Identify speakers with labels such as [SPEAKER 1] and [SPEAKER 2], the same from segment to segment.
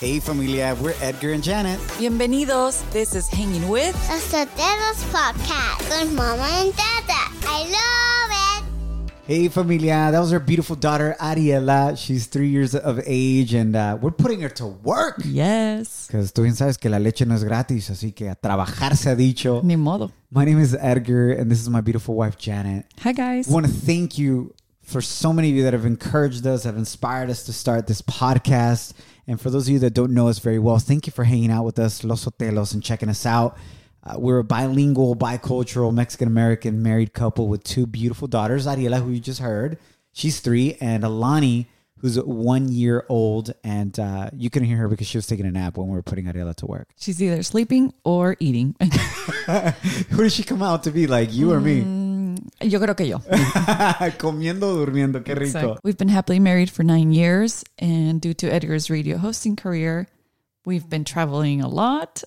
[SPEAKER 1] Hey familia, we're Edgar and Janet.
[SPEAKER 2] Bienvenidos. This is Hanging With.
[SPEAKER 3] The Soteros Podcast with Mama and Dada. I love it.
[SPEAKER 1] Hey familia, that was our beautiful daughter Ariela. She's three years of age and uh, we're putting her to work.
[SPEAKER 2] Yes.
[SPEAKER 1] Because tú bien sabes que la leche no es gratis, así que a trabajar se ha dicho.
[SPEAKER 2] Ni modo.
[SPEAKER 1] My name is Edgar and this is my beautiful wife Janet.
[SPEAKER 2] Hi, guys.
[SPEAKER 1] I want to thank you for so many of you that have encouraged us, have inspired us to start this podcast. And for those of you that don't know us very well, thank you for hanging out with us, Los Otelos, and checking us out. Uh, we're a bilingual, bicultural, Mexican American married couple with two beautiful daughters, Ariela, who you just heard. She's three, and Alani, who's one year old. And uh, you couldn't hear her because she was taking a nap when we were putting Ariela to work.
[SPEAKER 2] She's either sleeping or eating.
[SPEAKER 1] Who did she come out to be? Like you or me?
[SPEAKER 2] yo creo que yo.
[SPEAKER 1] Comiendo, durmiendo, qué rico.
[SPEAKER 2] So, we've been happily married for nine years, and due to Edgar's radio hosting career, we've been traveling a lot.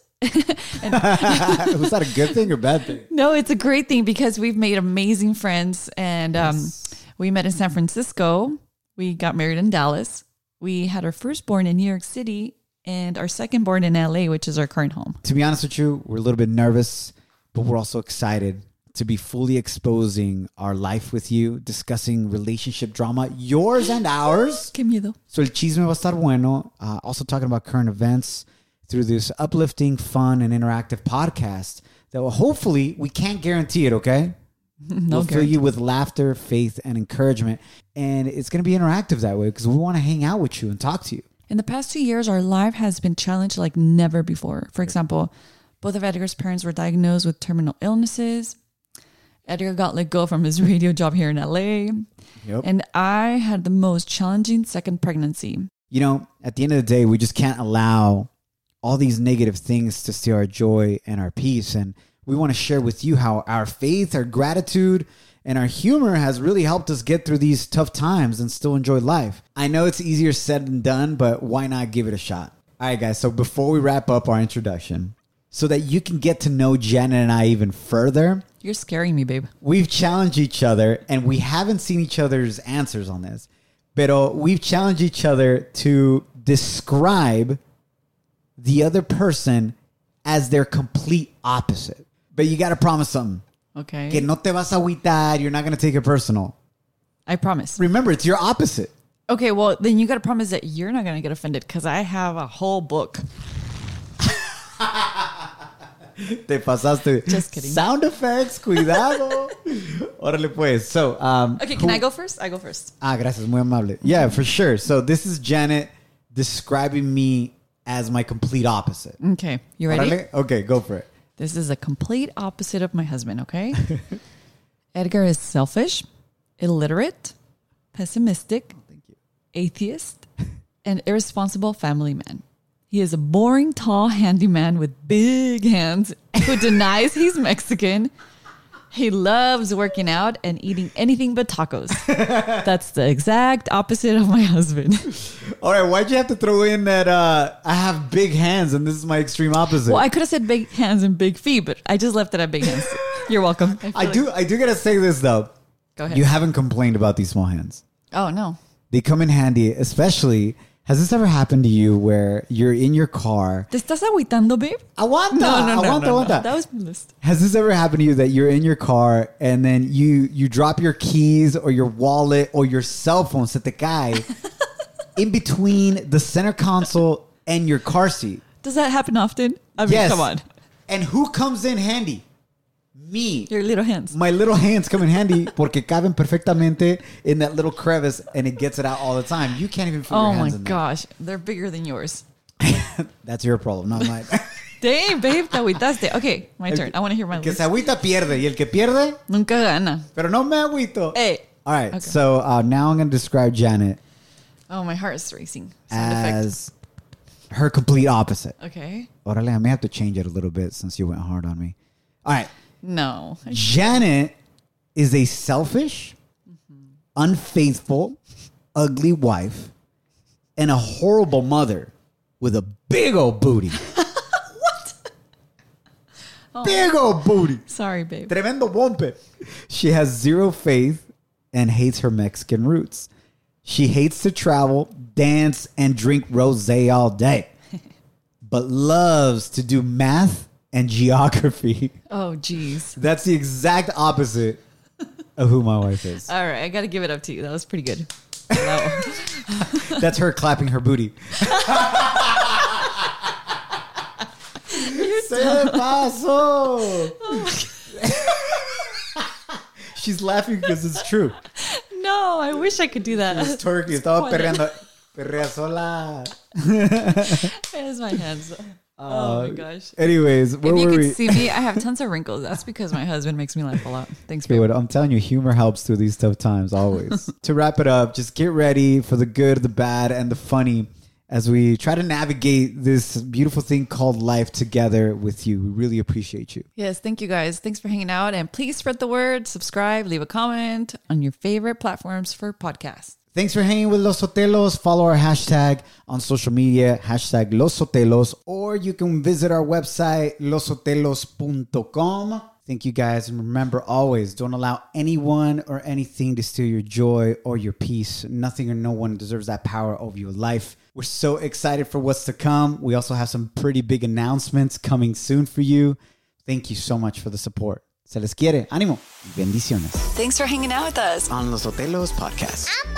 [SPEAKER 1] Was that a good thing or bad thing?
[SPEAKER 2] No, it's a great thing because we've made amazing friends, and um, we met in San Francisco. We got married in Dallas. We had our firstborn in New York City, and our secondborn in LA, which is our current home.
[SPEAKER 1] to be honest with you, we're a little bit nervous, but we're also excited to be fully exposing our life with you, discussing relationship drama, yours and ours.
[SPEAKER 2] Qué miedo.
[SPEAKER 1] So el chisme va a estar bueno. Uh, also talking about current events through this uplifting, fun, and interactive podcast that will hopefully we can't guarantee it. Okay, we'll fill you with laughter, faith, and encouragement, and it's going to be interactive that way because we want to hang out with you and talk to you.
[SPEAKER 2] In the past two years, our life has been challenged like never before. For example, both of Edgar's parents were diagnosed with terminal illnesses. Edgar got let go from his radio job here in LA.
[SPEAKER 1] Yep.
[SPEAKER 2] And I had the most challenging second pregnancy.
[SPEAKER 1] you know, at the end of the day, we just can't allow all these negative things to steal our joy and our peace. And we want to share with you how our faith, our gratitude, and our humor has really helped us get through these tough times and still enjoy life. I know it's easier said than done, but why not give it a shot? All right, guys. So before we wrap up our introduction, so that you can get to know Janet and I even further,
[SPEAKER 2] You're scaring me, babe.
[SPEAKER 1] we've challenged each other and we haven't seen each other's answers on this. But we've challenged each other to describe the other person as their complete opposite. But you got to promise something.
[SPEAKER 2] Okay.
[SPEAKER 1] Que no te vas a agüitar. You're not going to take it personal.
[SPEAKER 2] I promise.
[SPEAKER 1] Remember, it's your opposite.
[SPEAKER 2] Okay, well, then you got to promise that you're not going to get offended because I have a whole book.
[SPEAKER 1] Te pasaste.
[SPEAKER 2] Just kidding.
[SPEAKER 1] Sound effects, cuidado. Órale pues. So, um,
[SPEAKER 2] Okay, can
[SPEAKER 1] who-
[SPEAKER 2] I go first? I go first.
[SPEAKER 1] Ah, gracias, muy amable. Yeah, for sure. So this is Janet describing me as my complete opposite.
[SPEAKER 2] Okay, you ready?
[SPEAKER 1] Órale. Okay, go for it.
[SPEAKER 2] This is the complete opposite of my husband, okay? Edgar is selfish, illiterate, pessimistic, atheist, and irresponsible family man. He is a boring, tall, handy man with big hands who denies he's Mexican. He loves working out and eating anything but tacos. That's the exact opposite of my husband.
[SPEAKER 1] All right, why'd you have to throw in that uh, I have big hands and this is my extreme opposite?
[SPEAKER 2] Well, I could have said big hands and big feet, but I just left it at big hands. You're welcome.
[SPEAKER 1] I, do. I do gotta say this though.
[SPEAKER 2] Go ahead.
[SPEAKER 1] You haven't complained about these small hands.
[SPEAKER 2] oh, no.
[SPEAKER 1] They come in handy, especially. Has this ever happened to you where you're in your car?
[SPEAKER 2] ¿Te estás agüitando, babe?
[SPEAKER 1] Aguanta, aguanta, aguanta.
[SPEAKER 2] That was my list.
[SPEAKER 1] Has this ever happened to you that you're in your car and then you you drop your keys or your wallet or your cell phone se te cae in between the center console and your car seat?
[SPEAKER 2] Does that happen often? I mean,
[SPEAKER 1] Yes.
[SPEAKER 2] come on.
[SPEAKER 1] And who comes in handy? Me.
[SPEAKER 2] Your little hands.
[SPEAKER 1] My little hands come in handy porque caben perfectamente in that little crevice and it gets it out all the time. You can't even feel
[SPEAKER 2] Oh
[SPEAKER 1] your
[SPEAKER 2] my
[SPEAKER 1] hands in there.
[SPEAKER 2] gosh. They're bigger than yours.
[SPEAKER 1] That's your problem, not mine.
[SPEAKER 2] Dang, babe, te agüitaste. Okay, my turn. I want to hear my
[SPEAKER 1] El que
[SPEAKER 2] list.
[SPEAKER 1] se agüita pierde y el que pierde,
[SPEAKER 2] Nunca gana.
[SPEAKER 1] pero no me agüito.
[SPEAKER 2] Hey.
[SPEAKER 1] All right,
[SPEAKER 2] Okay.
[SPEAKER 1] so uh, now I'm going to describe Janet
[SPEAKER 2] Oh, my heart is racing. Sound effect.
[SPEAKER 1] as her complete opposite.
[SPEAKER 2] Okay.
[SPEAKER 1] Orale, I may have to change it a little bit since you went hard on me. All right,
[SPEAKER 2] No.
[SPEAKER 1] Janet is a selfish, unfaithful, ugly wife, and a horrible mother with a big old booty. what? Big old booty.
[SPEAKER 2] Sorry, babe.
[SPEAKER 1] Tremendo bombe. She has zero faith and hates her Mexican roots. She hates to travel, dance, and drink rose all day. but loves to do math and geography.
[SPEAKER 2] Oh, geez.
[SPEAKER 1] That's the exact opposite of who my wife is.
[SPEAKER 2] All right, I got to give it up to you. That was pretty good. That one.
[SPEAKER 1] That's her clapping her booty. Se paso.
[SPEAKER 2] Oh
[SPEAKER 1] She's laughing because it's true.
[SPEAKER 2] no, I wish I could do that.
[SPEAKER 1] It's Turkey. Estaba
[SPEAKER 2] funny.
[SPEAKER 1] perreando. Perrea sola.
[SPEAKER 2] There's my hands. oh my gosh.
[SPEAKER 1] Anyways, Uh, where
[SPEAKER 2] If you
[SPEAKER 1] were
[SPEAKER 2] can
[SPEAKER 1] we?
[SPEAKER 2] see me, I have tons of wrinkles. That's because my husband makes me laugh a lot. Thanks,
[SPEAKER 1] Okay,
[SPEAKER 2] babe.
[SPEAKER 1] what- I'm telling you, humor helps through these tough times always. to wrap it up, just get ready for the good, the bad, and the funny as we try to navigate this beautiful thing called life together with you. We really appreciate you.
[SPEAKER 2] Yes, thank you guys. Thanks for hanging out. And please spread the word, subscribe, leave a comment on your favorite platforms for podcasts.
[SPEAKER 1] Thanks for hanging with Los Sotelos. Follow our hashtag on social media, hashtag Los Sotelos, or you can visit our website, losotelos.com. Thank you guys. And remember always, don't allow anyone or anything to steal your joy or your peace. Nothing or no one deserves that power over your life. We're so excited for what's to come. We also have some pretty big announcements coming soon for you. Thank you so much for the support. Se les quiere. Ánimo. Bendiciones.
[SPEAKER 2] Thanks for hanging out with us.
[SPEAKER 1] On Los Sotelos Podcast.
[SPEAKER 3] ¡Vámonos!